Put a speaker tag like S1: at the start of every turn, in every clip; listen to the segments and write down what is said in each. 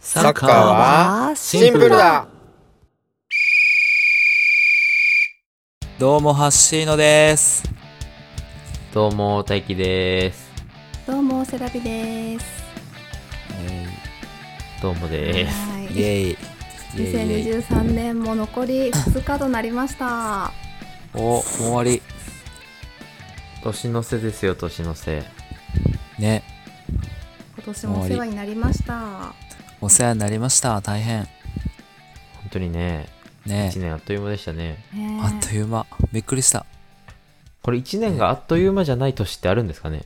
S1: サッカーはシンプルだ
S2: どうも、ハッシーノです。
S3: どうも、大輝です。
S4: どうもセラビです。
S3: どうもです。
S4: は
S2: イ
S4: い。
S2: ェイ。イ
S4: 二
S2: ェ
S4: 千
S2: イイェ
S4: 二
S2: イ。
S4: 十三年も残り2日となりました。
S2: お、もう終わり。
S3: 年の瀬ですよ、年の瀬。
S2: ね。
S4: 今年もお世話になりました。
S2: お世話になりました。大変。
S3: 本当にね、
S2: ね
S3: 1年あっという間でしたね。
S4: ねえ
S2: あっという間。びっくりした。
S3: これ1年があっという間じゃない年ってあるんですかね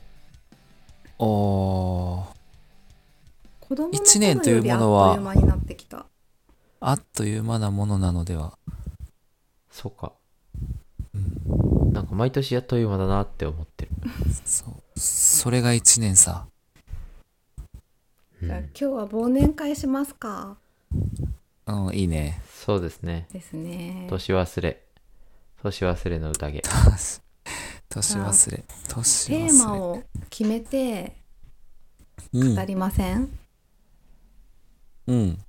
S2: おー。
S4: 子供の
S2: 一年というもの
S4: 頃
S2: は
S4: よりあっという間になってきた。
S2: あっという間なものなのでは。
S3: そうか。なんか毎年あっという間だなって思ってる。
S2: そう。それが一年さ。
S3: うん
S4: じゃあ今日は忘年会しますか。
S2: うん、いい ね。
S3: そうですね。
S4: ですね。
S3: 年忘れ。年忘れの宴。
S2: 年忘れ。年忘れ。
S4: テーマを決めて
S2: うん
S4: 語りません。
S2: うん。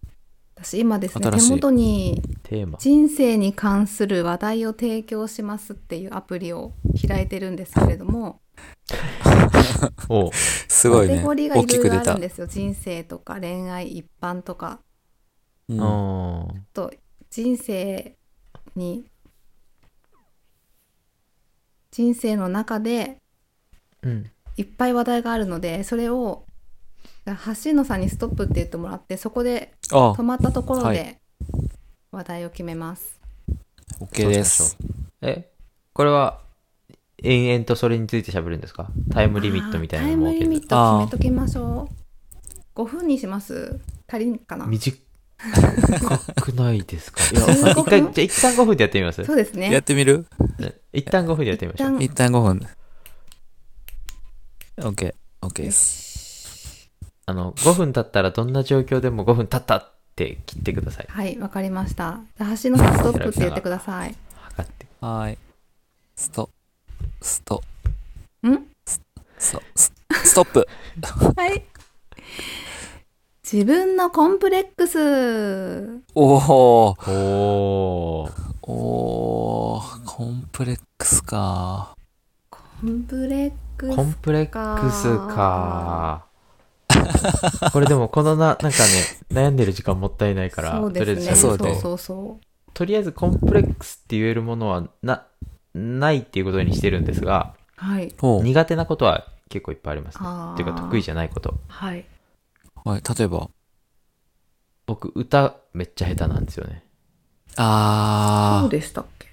S4: 私今ですね
S2: 新
S4: 手
S2: しい
S4: 元に
S3: テーマ。
S4: 人生に関する話題を提供しますっていうアプリを開いてるんですけれども。
S3: おう
S2: すごい
S4: カ
S2: ね。
S4: テゴリーがい
S2: 大き
S4: ろ
S2: く
S4: いろ
S2: 出
S4: あ
S2: た
S4: るん。ですよ人生とか恋愛一般とか
S2: う
S3: うんん。
S4: と人生に人生の中で
S3: うん。
S4: いっぱい話題があるのでそれを橋野さんにストップって言ってもらってそこで
S2: あ
S4: 止、まったところ
S2: は
S4: で話題を決めます、
S2: OK です。
S3: え、これは、延々とそれについて喋るんですかタイムリミットみたいなの
S4: あータイムリ
S3: 設
S4: ミ
S3: け
S4: ッ
S3: て。
S4: ト決めときましょう5分にします足りんかな
S3: 短くないですかいや、一
S4: 15分
S3: 回、じゃあ一旦5分でやってみます
S4: そうです
S2: やっ
S4: ね
S2: てみる
S3: 一旦5分でやってみましょう。
S4: 一
S2: 一旦5分。OK。OK です。
S3: あの、5分経ったらどんな状況でも5分経ったって切ってください。
S4: はいわかりましたじゃあ橋野さんストップって言ってください
S3: 測って。
S2: はーい。スト、スト、
S4: ん
S2: スト、スストップ。
S4: はい。自分のコンプレックス。
S2: おお
S3: おー。
S2: おーコンプレックスか。
S4: コンプレックス。
S3: コンプレックスか。これでもこのな、なんかね、悩んでる時間もったいないから、
S4: そう
S3: とりあ
S4: で
S3: えず
S4: す
S3: 喋
S4: ね。
S3: る
S4: そ
S2: そうう
S4: そう
S2: ね
S4: そうそ
S3: とりあえずコンプレックスって言えるものはな、ないっていうことにしてるんですが、
S4: う。はい。
S2: おう
S3: 苦手なことは結構いっぱいありますね。
S4: あ
S3: っていうか得意
S4: じ
S3: じゃないこと。
S4: ゃん。はい。
S2: はい、例えば。
S3: 僕、歌めっちゃ下手なんですよね。
S4: そ
S2: あ
S4: うでしたっけ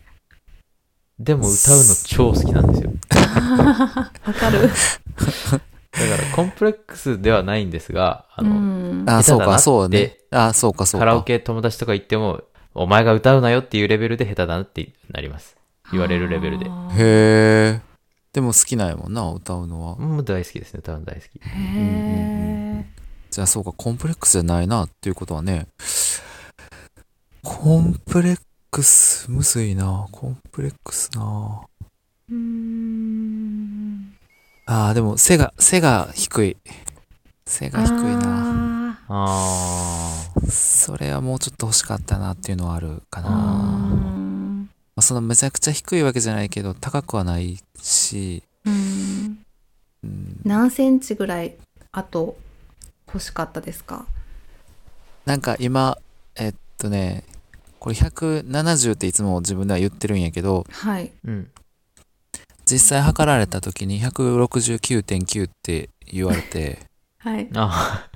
S3: でも歌うの超好きなんですよ。
S4: わか
S3: だ
S4: る。
S3: からコンプレックスではないんですが、あ
S4: う
S3: の、
S4: ん。
S2: ー、あ
S3: 下
S2: ー、そ
S3: 手
S2: う
S3: だな
S2: か、
S3: って
S2: そうね。あー、そうか、そう
S3: カ
S2: か。
S3: ラオケ友達とか行っても、お前が歌うなよっていうレベルで下手だなってなります。言われるレベルで。
S4: あー
S2: へえ。でも好きなんやもんな、歌うのは。
S3: もう大好きですね、歌うの大好き。
S4: へ
S2: じゃあそうか、コンプレックスじゃないなっていうことはね。コンプレックス、むずいな。コンプレックスな。
S4: ーうーん。
S2: ああ、でも背が、背が低い。背が低いな。
S4: な。
S3: あ
S2: それはもうちょっと欲しかったなっていうのはあるかな。
S3: あー
S2: ま
S4: うん。
S2: あ、そのめちゃくちゃ低いわけじゃないけど、高くはないし、
S4: うん
S2: うん、
S4: 何センチぐらいあと欲しかったですか
S2: なんか今、えっとね、これ170っていつも自分では言ってるんやけど、
S4: はい。
S3: ー。うん。
S2: 実際測られた時に169.9って言われて、
S4: はい。
S3: あ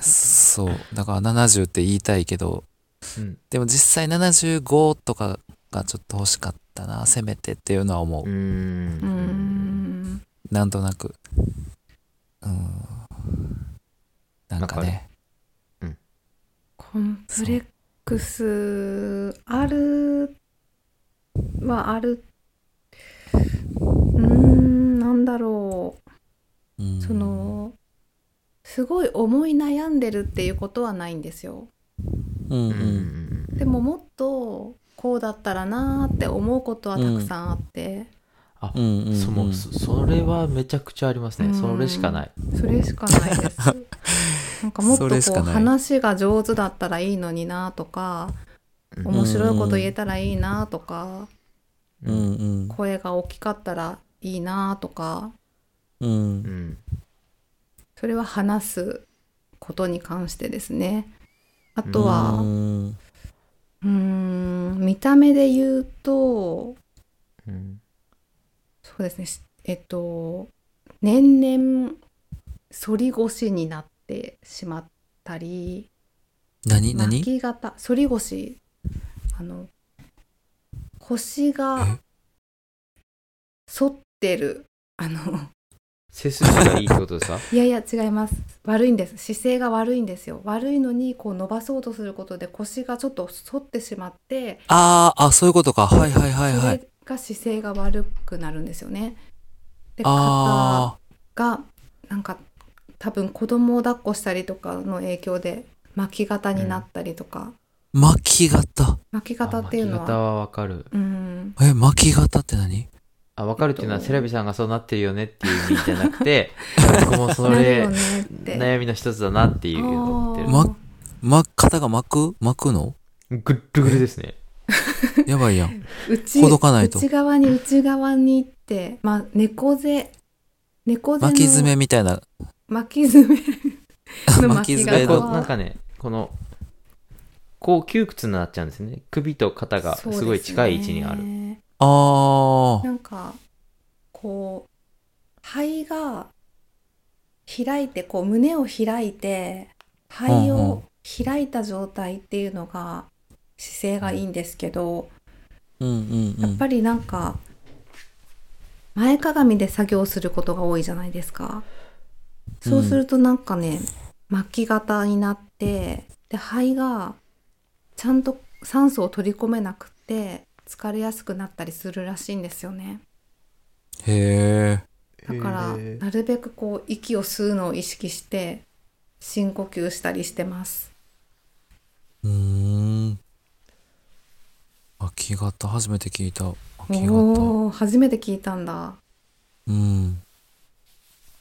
S2: そう。だから70って言いたいけど、
S3: ーうん。
S2: でも実際75とかがちょっと欲しかったな、せめてっていうのは思う。
S3: うー
S4: うー
S3: ん。
S4: ん。
S2: なんとなく。うん。なんかね。
S4: コンプレックスあるはあるうーんなんだろ
S2: うん
S4: うそ、のすごい思い悩んでるっていうことはないんですよ
S2: うんう
S3: うん
S2: ん。
S4: でももっとこうだったらなーって思うことはたくさんあって、
S2: うんうん、
S3: そもうそそれはめちゃくちゃあります
S4: う
S3: ね。
S4: ん
S3: それしかない。
S4: それしかないですなんかもっと
S2: そ
S4: こ
S2: れしか
S4: う
S2: ない
S4: 話が上手だったらいいのになとか
S3: うん
S4: 面白いこと言えたらいいなとか
S2: うんうん
S4: 声が大きかったらいいなとか
S2: うん
S3: うん
S4: それは話すことに関してですね。あとは、
S2: うん
S4: うーん、見た目で言うと、
S3: うん
S4: そうですね、しえっと、年々、反り腰になってしまったり、
S2: 何
S4: 巻
S2: 何
S4: き型、反り腰、あの、腰が反ってる、あの、
S3: 背筋がいいってこと さ
S4: いやいや違います悪いんです姿勢が悪いんですよ悪いのにこう伸ばそうとすることで腰がちょっと反ってしまって
S2: あーあそういうことかはいはいはい
S4: そ
S2: はい
S4: れが姿勢が悪くなるんですよねで肩
S2: あ
S4: がなんか多分子供を抱っこしたりとかの影響で巻き型になったりとか、
S2: ー巻き型
S4: 巻き型っていうの
S3: あ巻き方は
S4: は
S3: わかる
S4: うん
S2: え巻き型って何
S3: あわかるっていうのは
S4: えっと
S3: セラビさんがそうなってるよねっていう意味じゃなく て僕もそ
S4: なる
S3: れ
S4: よねって
S3: 悩みの一つだなっていう思ってる
S4: あー
S2: ま巻肩が巻く巻くの
S3: ぐっるぐるですね
S2: やばいやん
S4: 内
S2: ほどかないと
S4: 内側に内側に行って、まあ、猫背猫背の
S2: 巻き爪みたいな
S4: 巻き爪の
S2: 巻
S4: 巻
S2: き
S4: き
S2: 爪の
S4: 爪
S3: こ
S4: の
S3: うなんかねこのこう窮屈になっちゃうんですね首と肩がすごい近い位置にある、
S4: る
S2: あー
S4: なんかこう肺が開いてこう胸を開いて肺
S2: うんう
S4: を開いた状態っていうのが姿勢がいいんですけど、
S2: うんうんうん
S4: やっぱりなんか前かがみで作業することが多いじゃないですか。そうするとなんかね、巻き型になってで肺がちゃんと酸素を取り込めなくて疲れやすくなったりするらしいんですよね。
S2: へえ
S4: だから
S3: へー
S4: なるべくこう息を吸うのを意識して深呼吸したりしてます。
S2: うーん巻き型初めて聞いた巻き型
S4: おおー初めて聞いたんだ。
S2: うん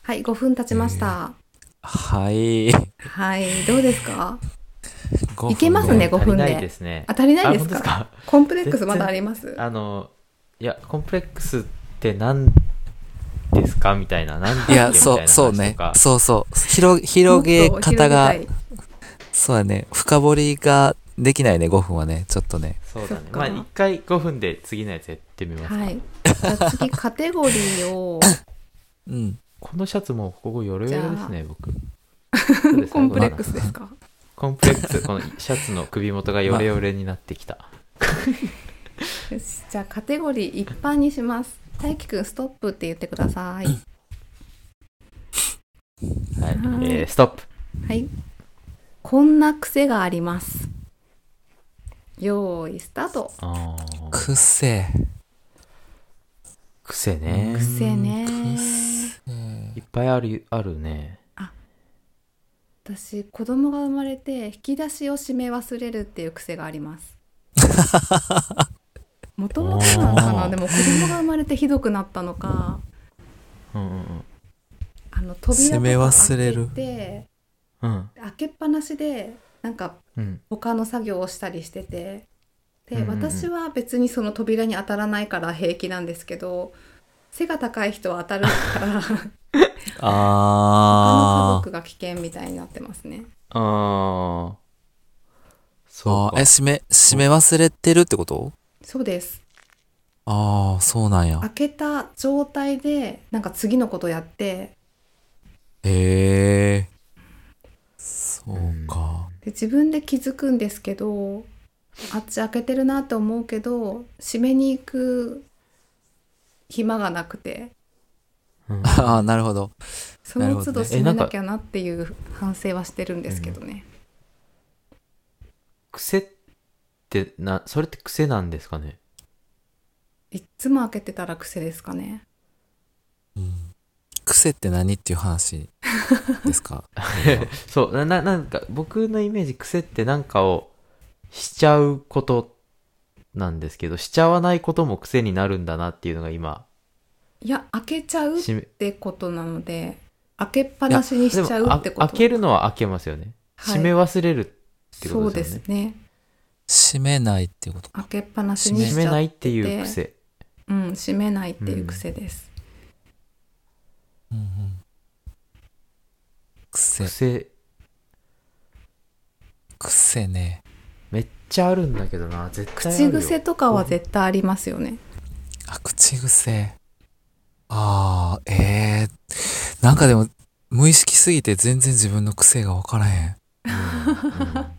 S4: はい5分経ちました。
S2: はい
S4: はいどうですか？
S2: 5分
S4: いけますね5分で
S3: 足りないですね
S4: あ足りない
S3: あ
S4: です
S3: 本当
S4: か？コンプレックスまだあります？
S3: あのいやコンプレックスって何ですかみたいな何
S2: い
S3: で
S2: や、
S3: すかみ
S2: そ、
S3: たいうな話
S2: そうね
S3: と。か
S2: そうそう。広、広げ方が、そうだね。深掘りができないね、5分はね。ちょっとね。
S3: そうだね
S4: そっか
S3: まあ一回5分で次のやつやってみます、
S4: はい。じゃあ次カテゴリーを
S2: うん。
S3: このシャツもここヨロヨロですね 僕
S4: コンプレック
S3: ス
S4: スですか？
S3: コンプレックスこのシャツの首元がヨレヨレになってきた、
S4: よしじゃあカテゴリー一般にします。大輝くんストップって言ってください。
S3: はい
S4: はい
S3: えー、ストップ
S4: はい。こんな癖があります。用意スタート。
S3: あー
S2: くせ
S3: 癖ね
S4: 癖ね。
S3: いっぱいあるあるね
S4: 私子供が生まれて引き出しを閉め忘れるっていう癖があります。もともとなのか
S3: お
S4: な
S3: ー
S4: でも子供が生まれてひどくなったのか
S3: うんうん
S4: あの扉と
S2: 閉め
S4: か
S2: 忘れ
S4: 開
S2: る
S4: けて
S3: うんうん
S4: 開けっぱなしでなんか
S3: うん
S4: 他の作業をしたりしててで、
S3: うんうんうん
S4: 私は別にその扉に当たらないから平気なんですけど背が高い人は当たるから他の家
S2: あー。
S4: 族が危険みたいになってますね。
S3: ああそう
S2: あーえ、
S3: か
S2: 閉め、閉め忘れてるってこと
S4: そうです
S2: ああ、そうなんや
S4: 開。けた状態でなんか次のことやって
S2: へえ。そうか。
S4: で自分で気づくんですけどあっち開けてるなと思うけど閉めに行く暇がなくて
S3: うん
S2: あ あ、なるほど。
S4: その都度閉め
S3: なるほどねえなんか
S4: なきゃなっていう反省はしてるんですけどね。
S3: 癖ってなそれって癖なんですかね
S4: いっつも開けてたら癖ですかね。
S2: 癖って何っていう話で すか
S3: そうなななんか僕のイメージ癖ってなんかをしちゃうことなんですけどしちゃわないことも癖になるんだなっていうのが今
S4: いや開けちゃうっ
S3: しめ
S4: てことなので開けっぱなしにしちゃうってこと
S3: あ開けるのは開けますよね。
S4: はい
S3: 閉め忘れるってこと
S4: そう
S3: で
S4: です
S3: よね
S4: す。ね
S2: 閉めないってこと
S4: 開けっぱなしにしちゃ
S3: 閉
S4: って
S3: めないっていう癖。
S4: うん閉めないっていう癖です、
S2: うんうん癖
S3: 癖、
S2: 癖ね
S3: めっちゃあるんだけどな、絶対ある
S4: 口
S3: よ。
S4: 癖とかは絶対ありますよね
S2: あ口癖あーえー、なんかでも無意識すぎて全然自分の癖が分からへん
S3: うんうん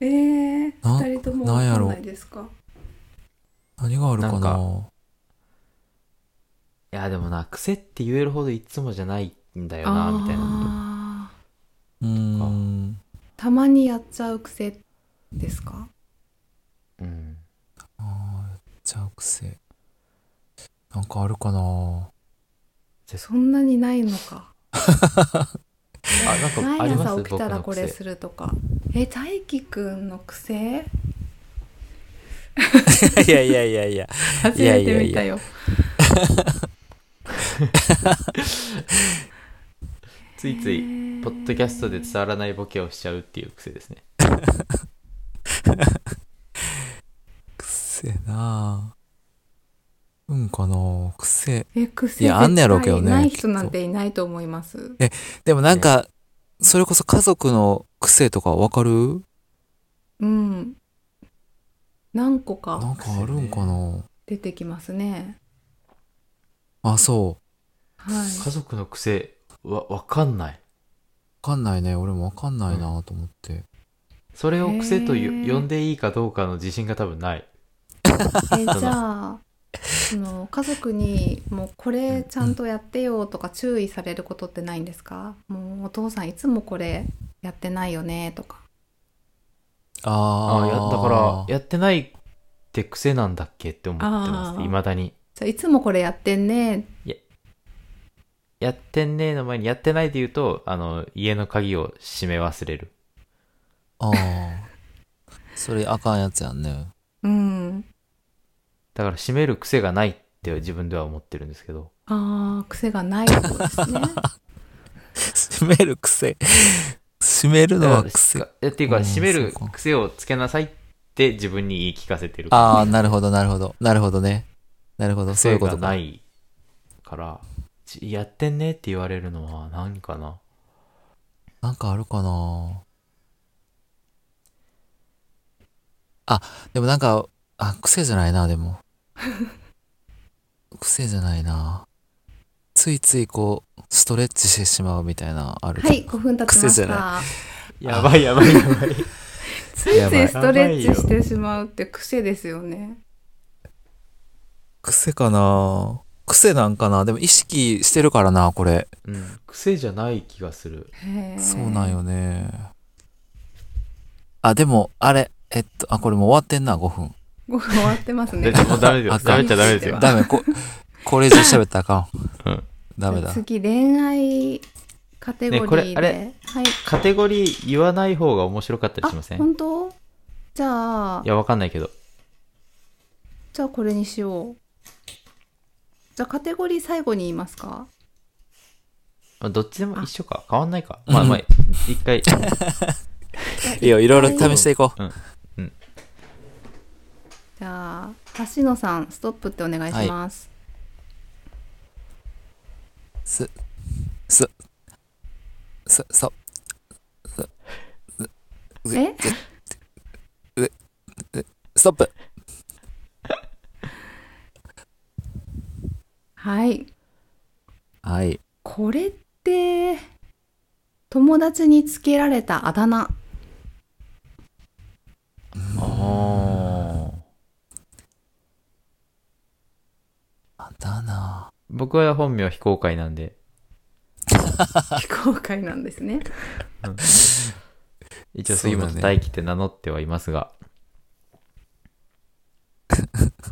S4: えー、
S2: な
S4: 2人ともわかんないですか
S2: 何があるかな
S3: なんかいや、でもな、癖って言えるほどいつもじゃないんだよな、みたいな
S4: あー
S2: うーん
S4: たまにやっちゃう癖ですか
S3: こと。うん。
S2: あーじゃあ癖なんかあるかな
S4: そんなにないのか
S3: あ、なんかあ
S4: 毎
S3: ります
S4: 朝起きたらこ
S3: 僕
S4: れ
S3: の
S4: す
S3: 癖。
S4: るとかえ大輝くんの癖
S2: いやいやいやいや
S4: 初めて見たよ
S3: ついつい
S4: え、ー
S3: ポッドキャストで伝わらないボケをしちゃうっていう癖ですね。
S2: 癖なあうんかな癖
S4: え癖
S2: いやあんねやろうけどね
S4: 絶対ない人なんていないと思います
S2: でもなんか、それこそ家族の癖とかわかる
S4: うん何個
S2: な
S4: か
S2: んかあるんかな
S4: 出てきますね
S2: あ、そう。わ
S4: はい
S3: 家族の癖、わ、わかんない。
S2: かんないね。俺もわかんないなと思って。
S3: それを癖と
S4: へ
S3: よ
S4: ー
S3: 呼んでいいかどうかの自信が多分ない。
S4: えじゃあその家族にもうこれちゃんとやってよとか注意されることってないんですかもうお父さんいつもこれやってないよねとか
S2: あ
S3: あ
S2: あ、
S3: あ、や、だから、やってないって癖なんだっけって思ってますね。
S4: あー
S3: 未だに。
S4: じゃあいつもこれやってんね
S3: やってんねーの前に、やってないで言うと、あの、家の鍵を閉め忘れる。
S2: ああ。それあかんやつやんね。
S4: うん
S3: だから閉める癖がないって自分では思ってるんですけど。
S4: ああ癖がないことで すね
S2: 閉める癖。閉めるのは癖。
S3: だからえっていうか、
S2: うん
S3: 閉める
S2: そうか
S3: 癖をつけなさいって自分に言い聞かせてる。
S2: ああ、なるほど、なるほど。なるほどね。なるほど、そう
S3: 癖
S2: いうこ
S3: が
S2: とか。
S3: ないから、ちやってんねって言われるのは何かな。
S2: なんかあるかなあ、でもなんか、あ、癖じゃないな、で も。癖じゃないな。ついついこう、ストレッチしてしまうみたいな、ある。
S4: はい5分経ちま
S2: 癖
S4: し
S2: じゃな
S4: た
S3: やばいやばいやばい。
S4: つい
S2: や
S4: つ
S2: ばい
S4: いストレッチしてしまうって癖ですよね
S2: 癖かな癖なんかなでも意識してるからな、これ。
S3: うん、癖じゃない気がす る。
S4: へー
S2: そうなんよね。あ、でも、あれ、えっと、あ、これもう終わってんな、5分。
S4: 5分終わってますね
S3: でもうダメですよ。
S2: あか
S3: 喋
S2: ん
S3: っちゃダメですよ。
S2: ダメ、こ、これ以上喋ったらあか
S3: う
S2: ん。
S3: ん
S2: ダメだ。
S4: 次恋愛カテゴリーで、
S3: ねこれあれ
S4: はい
S3: カテゴリー言わない方が面白かったり
S4: あ
S3: しませんい
S4: 本当じゃあ
S3: や、わかんないけど。
S4: じゃあこれにしよう。じゃあカテゴリー最後に言いますか
S3: まあどっちでも一緒か。変わんないか。まあまあ、一回。
S2: いいよ、いろいろ試していこう。
S4: じゃあ橋野さんストップってお願いします。
S2: す、す、す、そ、はい
S4: え
S2: ストップ。
S4: はい。
S2: はい。
S4: これって友達につけられたあだ名。
S3: あー
S2: あだな
S3: 僕は本名非公開なんで、
S4: 非公開なんですね。
S3: 一応
S2: そう
S3: 杉
S2: だね
S3: 本大輝って名乗ってはいます が。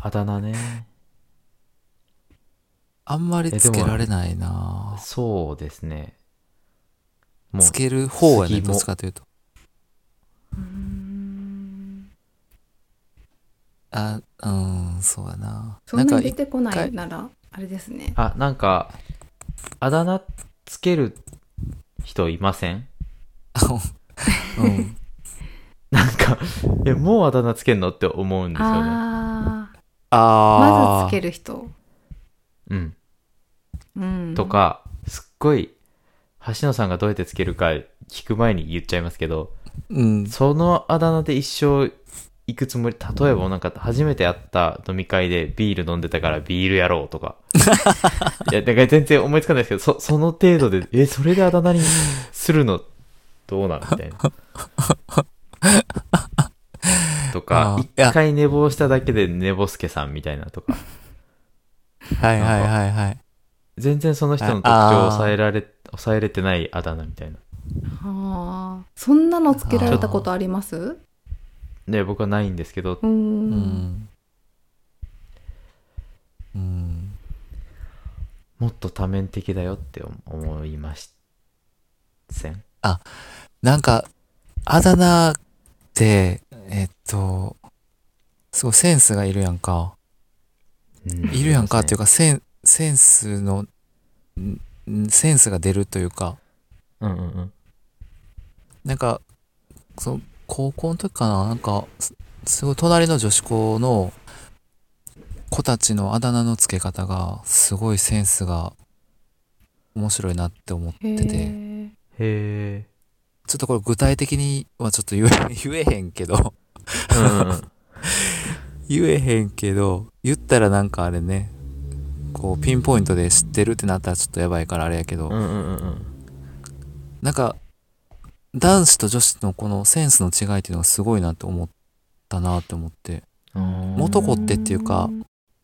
S3: あだ名ね。
S2: あんまりつけられないな
S3: そうですね。もう
S2: つ、ける方やね、
S3: 次も
S2: どっちかというと。あ、うーん、そうやな
S4: そんなに出
S2: い
S4: てこ
S2: な
S4: な
S2: んか
S4: いならあれですね。
S3: あ、なんか、あだ名っつける人いません
S2: うん。
S3: なんか、え、もうあだ名つけんのって思うんですよね。
S4: ああ
S2: あ
S4: まずつけ
S2: る。
S4: る人、
S3: うん。
S4: うん、
S3: とか、すっごい、橋野さんがどうやってつけるか聞く前に言っちゃいますけど、
S2: うん。
S3: そのあだ名で一生行くつもり、例えばなんか初めて会った飲み会でビール飲んでたからビールやろうと か。いや、だから全然思いつかないですけど、そその程度で、え、それであだ名にするのどうなんみたい な。と
S2: あ
S3: か
S2: ー、いや
S3: 一回寝坊しただけで寝坊すけさんみたいなとか、
S2: はいはいはいはい。
S3: 全然その人の特徴を抑えられ、抑えれてないあだ名みたいな。
S4: あーそんなのつけられたことあります
S3: で、僕はないんですけど、
S4: うー
S2: うんん。うん。
S3: もっと多面的だよって思いません
S2: なんか、あだ名って、えっと、すごいセンスがいるやんか。いるやんかっていう
S3: か。
S2: か、センセンスの、んんセンスが出るというか、
S3: うんうんうん。
S2: なんか、その、高校の時かななんか、すすごい隣の女子校の子たちのあだ名の付け方が、すごいセンスが面白いなって思っ
S4: へ
S2: てて、
S4: ー
S3: へえ。
S2: ちょっとこれ具体的にはちょっと言え、 言えへんけど、
S3: うんうんうん。
S2: 言えへんけど、言ったらなんかあれね、こう、ピンポイントで知ってるってなったらちょっとやばいからあれやけど、
S3: うんうんうん
S2: なんか、男子と女子のこのセンスの違いっていうのがすごいなって思ったなって思って、
S3: うん。
S2: 元子ってっていうか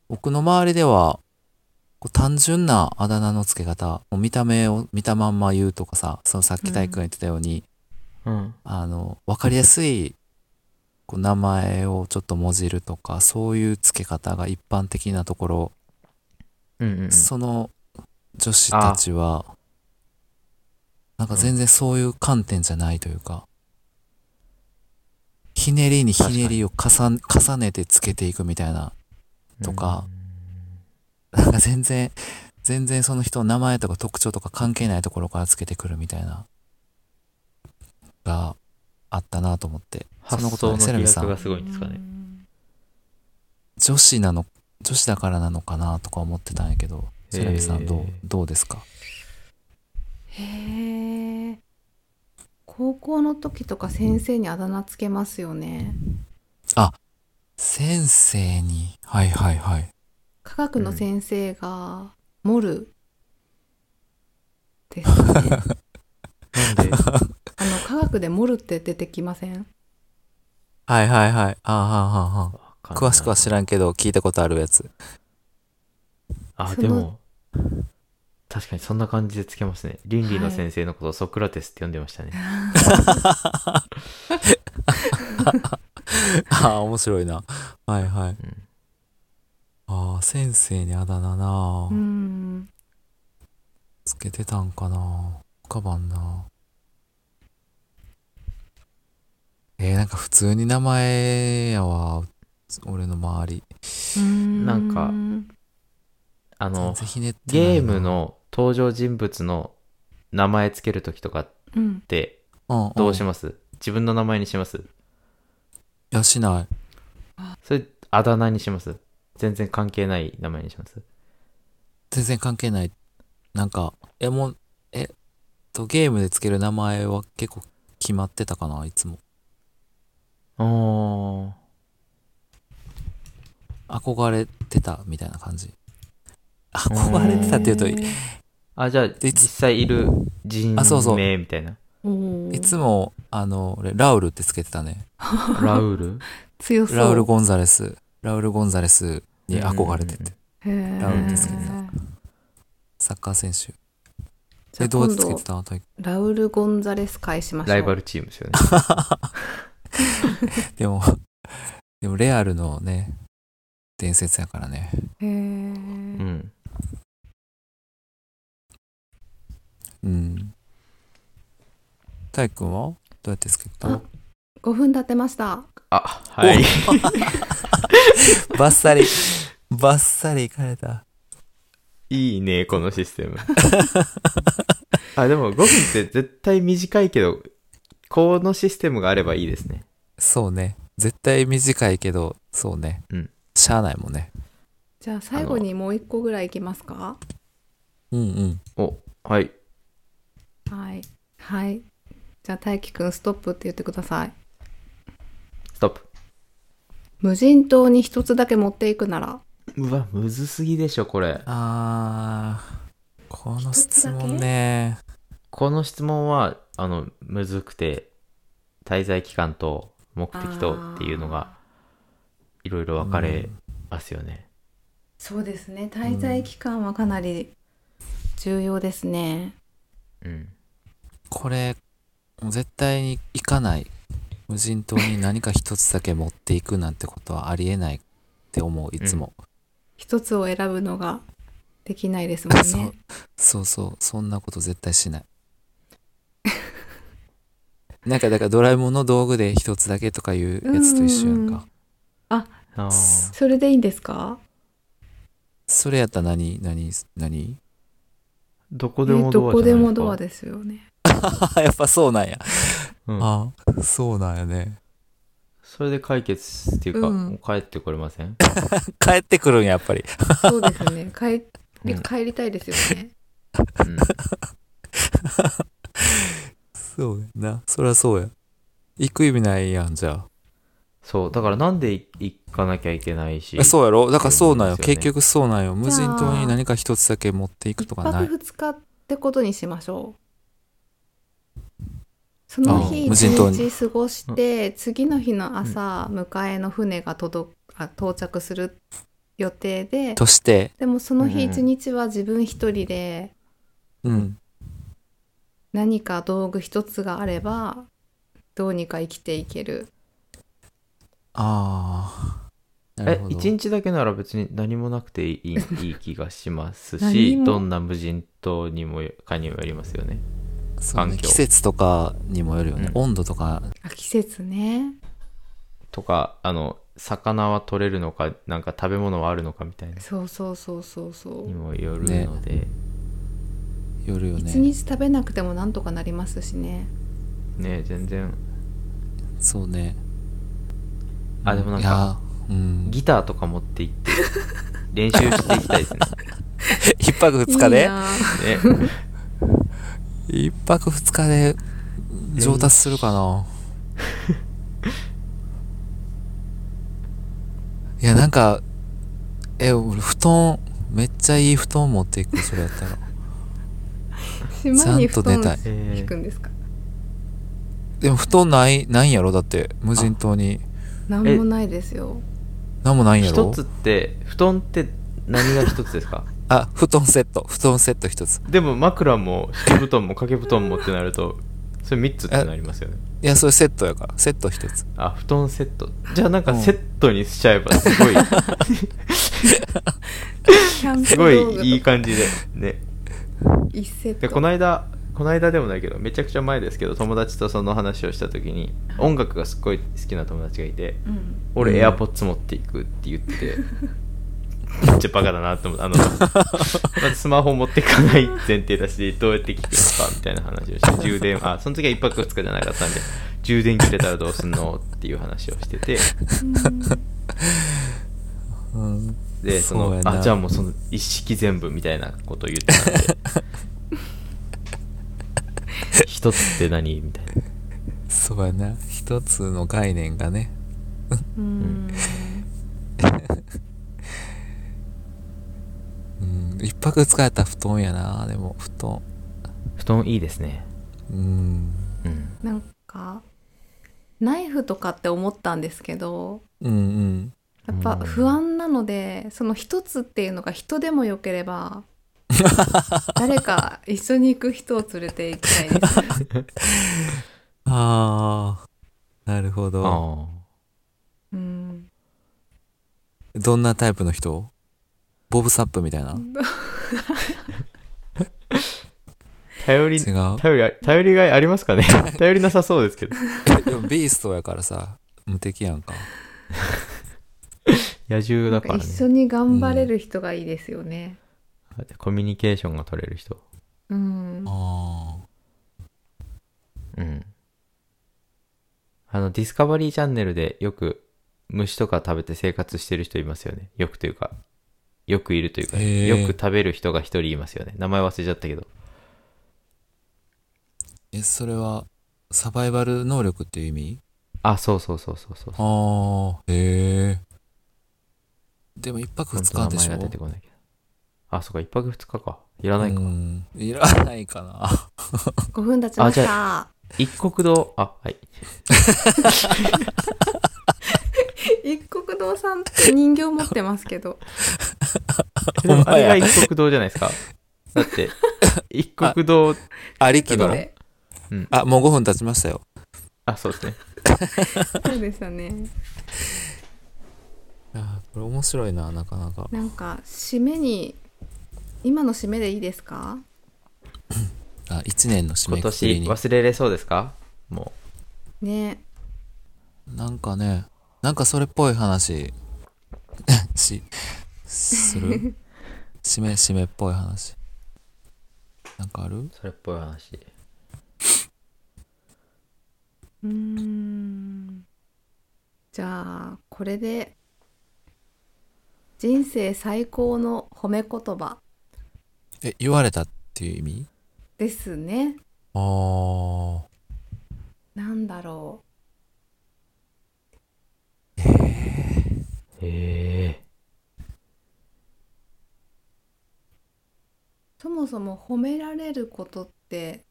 S2: 僕の周りでは、こう単純なあだ名の付け方、もう見た目を見たまんま言うとかさ、そのさっき大君が言ってたように、
S3: うん。
S2: あの、わかりやすい、こう名前をちょっともじるとか、そういう付け方が一般的なところ、
S3: うんうんうん。
S2: その女子たちは、なんか全然そういう観点じゃないというか、ひねりにひねりを重ね重ねてつけていくみたいな、とかなんか全然、全然その人の名前とか特徴とか関係ないところからつけてくるみたいな、があったなと思って。そ
S3: 発
S2: のこ
S3: 想
S2: と
S3: の
S2: ね、セラ
S3: 飛
S2: ミさ
S3: 躍
S2: ん
S3: が、すごいんですかね。
S2: 女子なの、女子だからなのかなとか思ってたんやけど、
S3: へー
S2: セラミさんどう、どうですか
S4: へえ高校の時とか先生にあだ名つけますよね
S2: 先生に、はいはいはい。
S4: 科学の先生が「モル」ですね
S3: なんで、
S4: あの科学で「モル」って出てきません
S2: はいはいはい。あーはんはんはん。詳しくは
S3: し
S2: 知らんけど、聞いたことあるや つ。
S3: あ、
S4: そ
S3: で
S4: の
S3: も、確かにそんな感じでつけますね。倫理の
S4: はい
S3: 先生のことをソクラテスって呼んでましたね。
S2: ああ、面白いな。はいは
S3: う
S2: い。
S3: ん
S2: ああ、先生にあだ名なあ
S4: うん
S2: つけてたんかな浮かばんなえー、なんか普通に名前やわ。俺の周り。
S3: なんかあ
S2: 全
S3: の、
S2: 然ひねってないな
S3: ゲーム、の登場人物の名前つけるときとかっ
S4: うん
S3: て
S2: うんん
S3: どうします自分の名前にします
S2: いや、しない。
S3: それ、あだ名にします全然関係ない名前にします
S2: 全然関係ない。なんか、え、もう、えっと、ゲームでつける名前は結構決まってたかないつも。
S3: あ
S2: 憧れてたみたいな感じ。憧れてたっていうと、
S4: へー
S3: あ。あ、じゃあ、
S2: つ
S3: 実際いる人
S2: あそうそう
S3: 名みたいな。
S4: おー
S2: いつも、あの、俺、ラウルってつけてたね。
S3: ラウル
S4: 強そう
S2: ラウル・ゴンザレス。ラウル・ゴンザレス に憧れてて。
S4: へー
S2: ラウルですけどサッカー選手。
S4: じゃ
S2: え、
S4: あ
S2: どうやってつ
S4: 今
S2: けて
S4: 度
S2: た体育
S4: ラウル・ゴンザレス会しましょう
S3: ライバルチームですよね。
S2: でも、 でも、レアルのね、伝説やからね。
S4: へー
S3: うん。
S2: うん。タイ君はどうやってつけてた
S4: あ5分経ってました
S3: あ、はい。
S2: バッサリ、バッサリいかれた。
S3: いいね、このシステム。 あ、でも5分って絶対短いけど、このシステムがあればいいですね。
S2: そうね。絶対短いけど、そうね。
S3: うん
S2: しゃあないもんね。
S4: じゃあ最後にもう一個ぐらいいきますか
S2: うんうん。
S3: お、はい。
S4: はいはいじゃあ大輝くんストップって言ってください
S3: ストップ。
S4: 無人島に一つだけ持っていくなら
S3: うわ、むずすぎでしょ、これ。
S2: あー、この質問
S4: 一つだ
S2: ね。
S3: この質問は、あの、むずくて、滞在期間と目的とっていうのが、いろいろ分かれますよね。
S4: そうですね滞在期間はかなり重要ですね、
S3: うん。
S2: これ、もう絶対に行かない。無人島に何か一つだけ持っていくなんてことはありえないって思う、いつも。
S4: 一つを選ぶのができないですもん
S2: そ
S4: ね
S2: うそうそう、そんなこと絶対し ない。なんかだからドラえもんの道具で一つだけとかいうやつと一緒やん
S4: うんうん
S2: か
S4: うん。
S3: あ
S2: ー
S3: ー
S4: それでいいんですか
S2: それやったら何、何、何
S3: どこ
S4: え
S3: でも
S4: ーと
S3: ド
S4: こ
S3: ア
S4: こ
S3: じ
S4: で
S3: ゃない
S4: も
S3: です
S4: ド
S3: か
S4: ア。ですよね
S2: あ、やっぱそうなんや。
S3: うん
S2: あ、そうなんやね。
S3: それで解決っていうか、
S4: うん
S3: もう帰ってこれません
S2: 帰ってくるんや、やっぱり。
S4: そうですね帰り
S3: うん
S4: 帰りたいですよね
S3: うん
S2: そうやな。そりゃそうや。行く意味ないやん、じゃ
S3: そう、だからなんでい行かなきゃいけないし
S2: あ。、そうやろだからそうなんよ。
S3: そうですよね
S2: 結局そうなんよ。無人島に何か一つだけ持っていく
S4: 一
S2: とかな
S4: 泊
S2: い。
S4: 二日ってことにしましょうその
S2: あ
S4: 日
S2: ー無
S4: 一
S2: 人島に
S4: 日過ごして次の日の朝迎えの船が届くあ到着する予定で
S2: として、
S4: でもその日
S3: うんうん
S4: 一日は自分一人で
S2: うん。
S4: 何か道具一つがあればどうにか生きていける
S2: ああ。なる
S3: え
S2: ほ、ど。
S3: 一日だけなら別に何もなくていいいい気がします
S4: 何
S3: し、
S4: も
S3: どんな無人島にもよ、かにもよりますよね。
S2: そうね
S3: 環境
S2: 季節とかにもよるよね。
S3: うん
S2: 温度とか。
S4: あ季節ね
S3: とか、あの、魚は取れるのか、なんか食べ物はあるのかみたいな
S4: そうそうそうそうそう
S3: にもよるので、
S2: よるよ
S4: 一
S2: ね。
S4: 日食べなくてもなんとかなりますしね
S3: ね全然。
S2: そうね。
S3: あ、でもなん
S2: い
S3: か、
S2: やー、うん。
S3: ギターとか持って行って、練習していきたいです ね。
S2: 一泊二日
S4: いい
S2: で
S4: なあ
S3: ね
S2: 一泊二日で上達するかな。いや、なんか、え、俺、布団、めっちゃいい布団持っていく、それ やったら。
S4: 島に布
S2: ちゃんと寝た
S4: 団
S2: い
S3: え
S4: 引く
S3: ー
S4: んですか
S2: でも、布団ない、ないんやろだって、無人島に。
S4: なんもないですよ
S2: なんもないんや
S3: 一
S2: ろ
S3: つって、布団って何が一つですか
S2: あ、布団セット。布団セット一つ。
S3: でも枕も敷布団も掛け布団もってなるとそれ3つってなりますよね
S2: いや、それセットやから。セット一つ。
S3: あ布団セットじゃあなんか
S2: うん
S3: セットにしちゃえばすごい、
S4: キャンプ
S3: すご
S4: 道具とか
S3: いいい感じでね
S4: 一セッ
S3: で
S4: ト
S3: この間この間でもないけどめちゃくちゃ前ですけど友達とその話をした時に音楽がすっごい好きな友達がいて
S4: うん
S3: 俺
S2: うん
S3: AirPods 持っていくって言っててめっちゃバカだなって思ったあのまずスマホ持ってかない前提だしどうやって聞くのかみたいな話をして充電あその時は1泊2日じゃなかったんで充電切れたらどうすんのっていう話をしてて
S2: うん。
S3: でそ
S2: そう
S3: の
S2: やな
S3: あじゃあもうその一式全部みたいなことを言ってたんで一つって何みたいな
S2: そうやな。一つの概念がね。
S4: うん
S2: うん。一泊二日やったら布団やな。でも、布団。
S3: 布団いいですね
S2: うん。
S3: うん
S4: なんかナイフとかって思ったんですけど
S2: うんうん。
S4: やっぱ
S3: うん
S4: 不安なのでその一つっていうのが人でもよけ れば誰か一緒に行く人を連れて行きたいです
S2: ああ。なるほ
S3: あ
S2: ど。
S3: あ
S4: うん
S2: どんなタイプの人ボブサップみたいな。
S3: 頼り
S2: 違う。
S3: 頼りあ、頼りがいありますかね頼りなさそうですけど。い
S2: でも、ビーストやからさ、無敵やんか。
S3: 野獣だ
S4: なん
S3: から
S4: か
S3: ね。
S4: 一緒に頑張れる人がいいですよね、
S3: えコミュニケーションが取れる人。
S4: うん。
S2: あ
S3: うん。あの、ディスカバリーチャンネルでよく虫とか食べて生活してる人いますよね。よくというか、よくいるというか、
S2: へー
S3: よく食べる人が一人いますよね。名前忘れちゃったけど。
S2: ーえ、それは、サバイバル能力っていう意味
S3: あ、そうそうそうそうそう。
S2: ああ、へえ。でも一泊二日でし
S3: 本当名前が
S2: ょ
S3: 出てこないけど。あ、そっか、一泊二日か。いらないか。
S2: うん。いらないかな。
S4: 5分経ちまし
S3: あじ
S4: た。
S3: 一国道、あ、はい。
S4: 一国堂さんって人形持ってますけど。
S2: お前
S3: あれが一国道じゃないです か。だって、一国道、
S2: ありき
S3: ど
S2: の
S3: う
S4: れ。
S2: あ、もう5分経ちましたよ。
S3: あ、そうですね。
S4: そうでしたね。
S2: あーこれ面白いな、なかなか。
S4: なんか、締めに、今の締めでいいですか
S2: あ、1年の締
S3: 今
S2: めくく
S3: 年
S2: りに。
S3: 忘れれそうですかも
S4: ね。
S2: なんかね、なんかそれっぽい話、 し、する 締め締めっぽい話。なんかある
S3: う、それっぽい話。
S4: うーん。じゃあ、これで、人生最高の褒め言葉
S2: え、言われたっていう意味
S4: ですね。
S2: あー。
S4: なんだろ
S3: ええ
S4: う。そもそも褒められることって、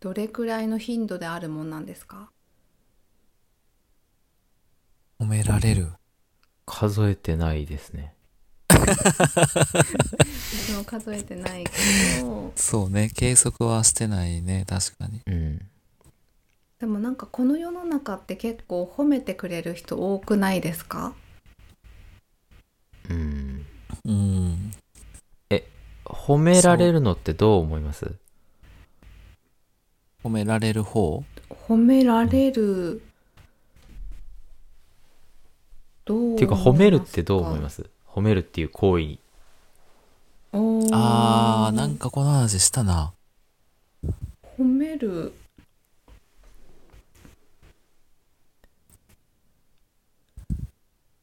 S4: どれくらいの頻度であるもんなんですか
S2: 褒められる。
S3: 数えてないですね。
S4: 私も数えてないけど
S2: そうね、計測はしてないね、確かに。
S3: うん。
S4: でもなんかこの世の中って結構褒めてくれる人多くないですか
S3: うん。
S2: うん。
S3: 褒められるのってどう思います
S2: 褒められる方
S4: 褒められるどう
S3: っていうか、褒めるってどう思いますす褒めるっていう行為。
S2: あー、なんかこの話したな。
S4: 褒める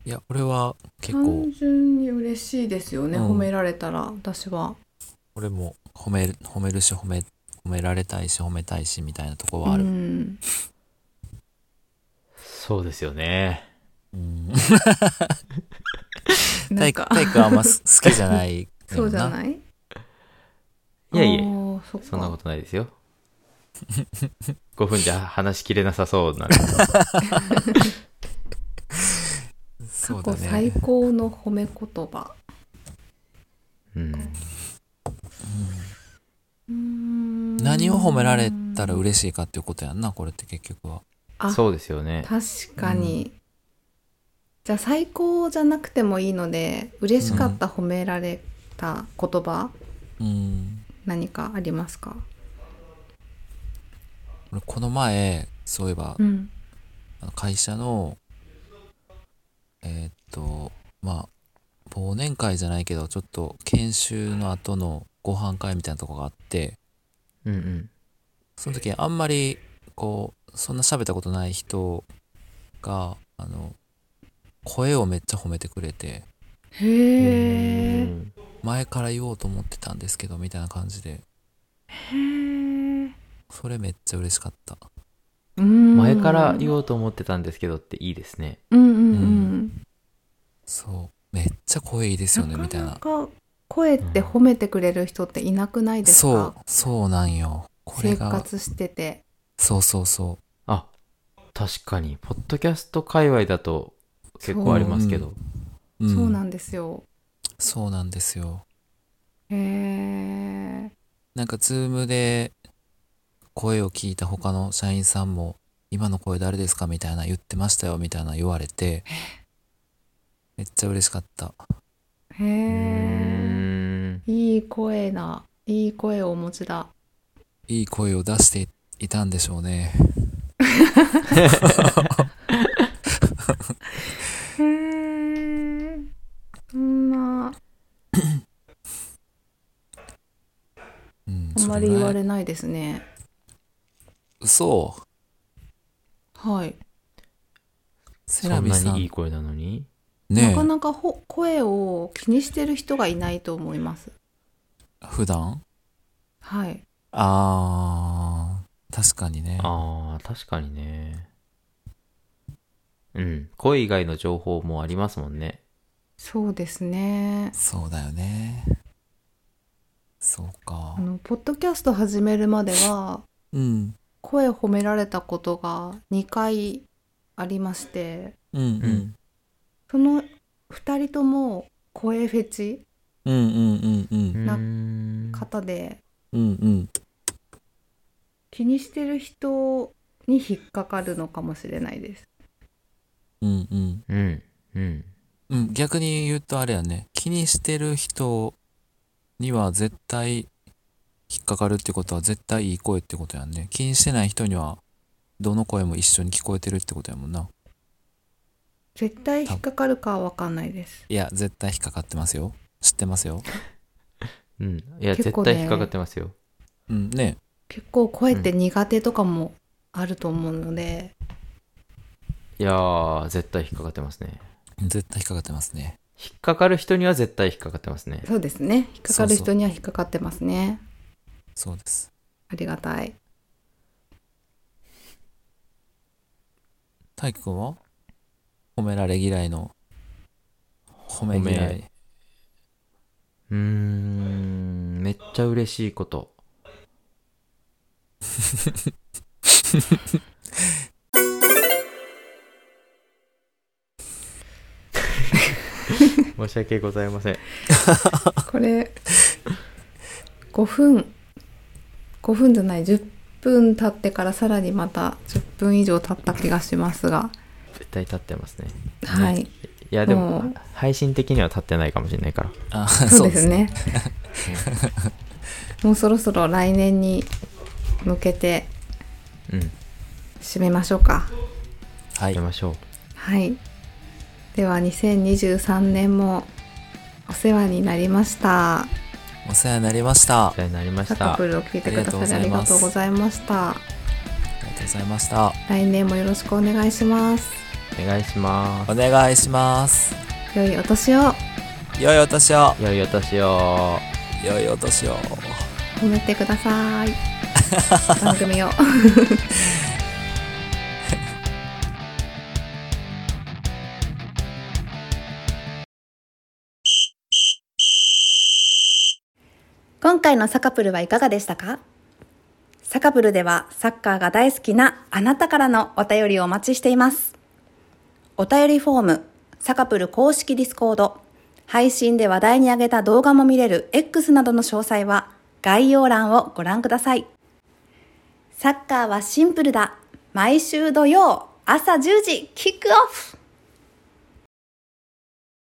S2: いや、俺は結構
S4: 単、純に嬉しいですよね、
S2: うん
S4: 褒められたら私は
S2: 俺も褒める、褒めるし、褒め、褒められたいし、褒めたいし、みたいなとこはあ
S4: う
S2: る。
S4: ん
S3: そうですよね。
S2: うん
S4: な
S2: 体
S4: ん
S2: 育
S4: か
S2: 体育はあんま好好きじゃないの
S4: そうじ
S2: な
S4: ゃない
S3: いやいや
S4: あーそっか
S3: そんなことないですよ。5分じゃ話しきれなさそうなんで。
S2: そ
S4: 過
S2: う
S4: 去
S2: だ
S4: 最
S2: ね
S4: 高の褒め言葉
S3: うん。
S4: うーん
S2: 何を褒められたら嬉しいかっていうことやんなこれって結局は
S4: あ
S3: そうですよね。
S4: 確かに、じゃあ最高じゃなくてもいいので嬉しかった褒められた言葉、
S2: うん
S4: 何かありますか
S2: 俺この前そういえば
S4: うん
S2: あの会社のえーっとまあ忘年会じゃないけどちょっと研修の後のご飯会みたいなとこがあって
S3: うんうん。
S2: その時あんまりこうそんな喋ったことない人があの声をめっちゃ褒めてくれて
S4: へえ
S3: うん
S2: 前から言おうと思ってたんですけどみたいな感じでそれめっちゃ嬉しかった
S3: 前から言
S4: う
S3: おうと思ってたんですけどっていいですね。
S4: んうんうん、
S2: そうめっちゃ声いいですよねみ
S4: な
S2: た
S4: か
S2: い
S4: な
S2: な
S4: か声って褒めてくれる人っていなくないです
S2: そ
S4: か
S2: う、そうなんよこれが
S4: 生活してて
S2: そうそうそ
S3: あ、確かに、ポッドキャスト界隈だと結構ありますけど。
S2: う、うん、
S4: そうなんですよ
S2: そうなんですよ
S4: へえ
S2: なんかズームで声を聞いた他の社員さんも今の声誰ですかみたいな言ってましたよみたいな言われてめっちゃ嬉しかった
S4: へ
S3: うーん。
S4: えいい声ないい声をお持ちだ
S2: いい声を出していたんでしょうね
S4: へえそんなないですね
S2: 嘘
S4: はい、
S2: セ
S3: そ
S2: ラ
S3: ん
S2: ビ
S3: な
S2: さ
S3: にいい
S2: ん
S3: 声なのに
S2: ね
S4: なかなかほ声を気にしてる人がいないと思います
S2: 普段
S4: はい
S2: あー確かにね
S3: ああ、確かにね。うん。声以外の情報もありますもんね。
S4: そうですね
S2: そうだよねそうか
S4: あのポッドキャスト始めるまでは
S2: うん
S4: 声褒められたことが2回ありまして
S2: うんうん
S4: その2人とも声フェチ
S2: うんうんうんう
S3: うん
S4: な
S3: ーん。
S4: 方で
S2: うんうん
S4: 気にしてる人に引っかかるのかもしれないです
S2: うんうん
S3: うん。うん。
S2: うん逆に言うとあれやね気にしてる人には絶対引っかかるってことは絶対いい声ってことやんね気にしてない人にはどの声も一緒に聞こえてるってことやもんな
S4: 絶対引っかかるかは分かんないです
S2: いや絶対引っかかってますよ知ってますよ
S3: うん。いや、
S4: 結
S3: 絶
S4: 構ね
S3: 対引っかかってますよ。
S2: うんね
S4: 結構声って苦手とかもあると思うので、
S3: いやー、絶対引っかかってますね。
S2: 絶対引っかかってますね
S3: 引っかかる人には絶対引っかかってますね。
S4: そうですね引っかか
S2: そ
S4: る
S2: うそう
S4: 人には引っかかってますね
S2: そうです
S4: ありがたい
S2: 大輝くんは褒められ嫌いの褒め嫌い
S3: うん。ん、めっちゃ嬉しいこと。申し訳ございません。
S4: これ5分5分じゃない10分経ってからさらにまた10分以上経った気がしますが
S3: 絶対立ってますね。
S4: はい
S3: いや、で
S4: う
S3: も
S4: ん、
S3: 配信的には立ってないかもしれないから。
S2: あ
S4: そうですねもうそろそろ来年に向けて
S3: うん。
S4: 締めましょうか
S2: はい
S3: やりましょう。
S4: はいでは2023年もお世話になりました
S2: お世話になりましたあ
S3: お世話になりまし
S4: サカ
S3: た
S4: プ。ルを聞いてくださり
S2: あ
S4: あ
S2: り
S4: り
S2: が
S4: が
S2: と
S4: と
S2: う
S4: う
S2: ご
S4: ございました
S2: りがとうございました
S4: 来年もよろしくお願いします
S3: お願いしま
S2: お願いします
S4: 良いお年を
S2: 良いお年を
S3: す。良いお年を。
S2: 良いお年を
S4: 褒めてください番組を今回のサカプルはいかがでしたかサカプルではサッカーが大好きなあなたからのお便りをお待ちしています。お便りフォーム、サカプル公式ディスコード、配信で話題に上げた動画も見れる X などの詳細は概要欄をご覧ください。サッカーはシンプルだ。毎週土曜朝10時キックオフ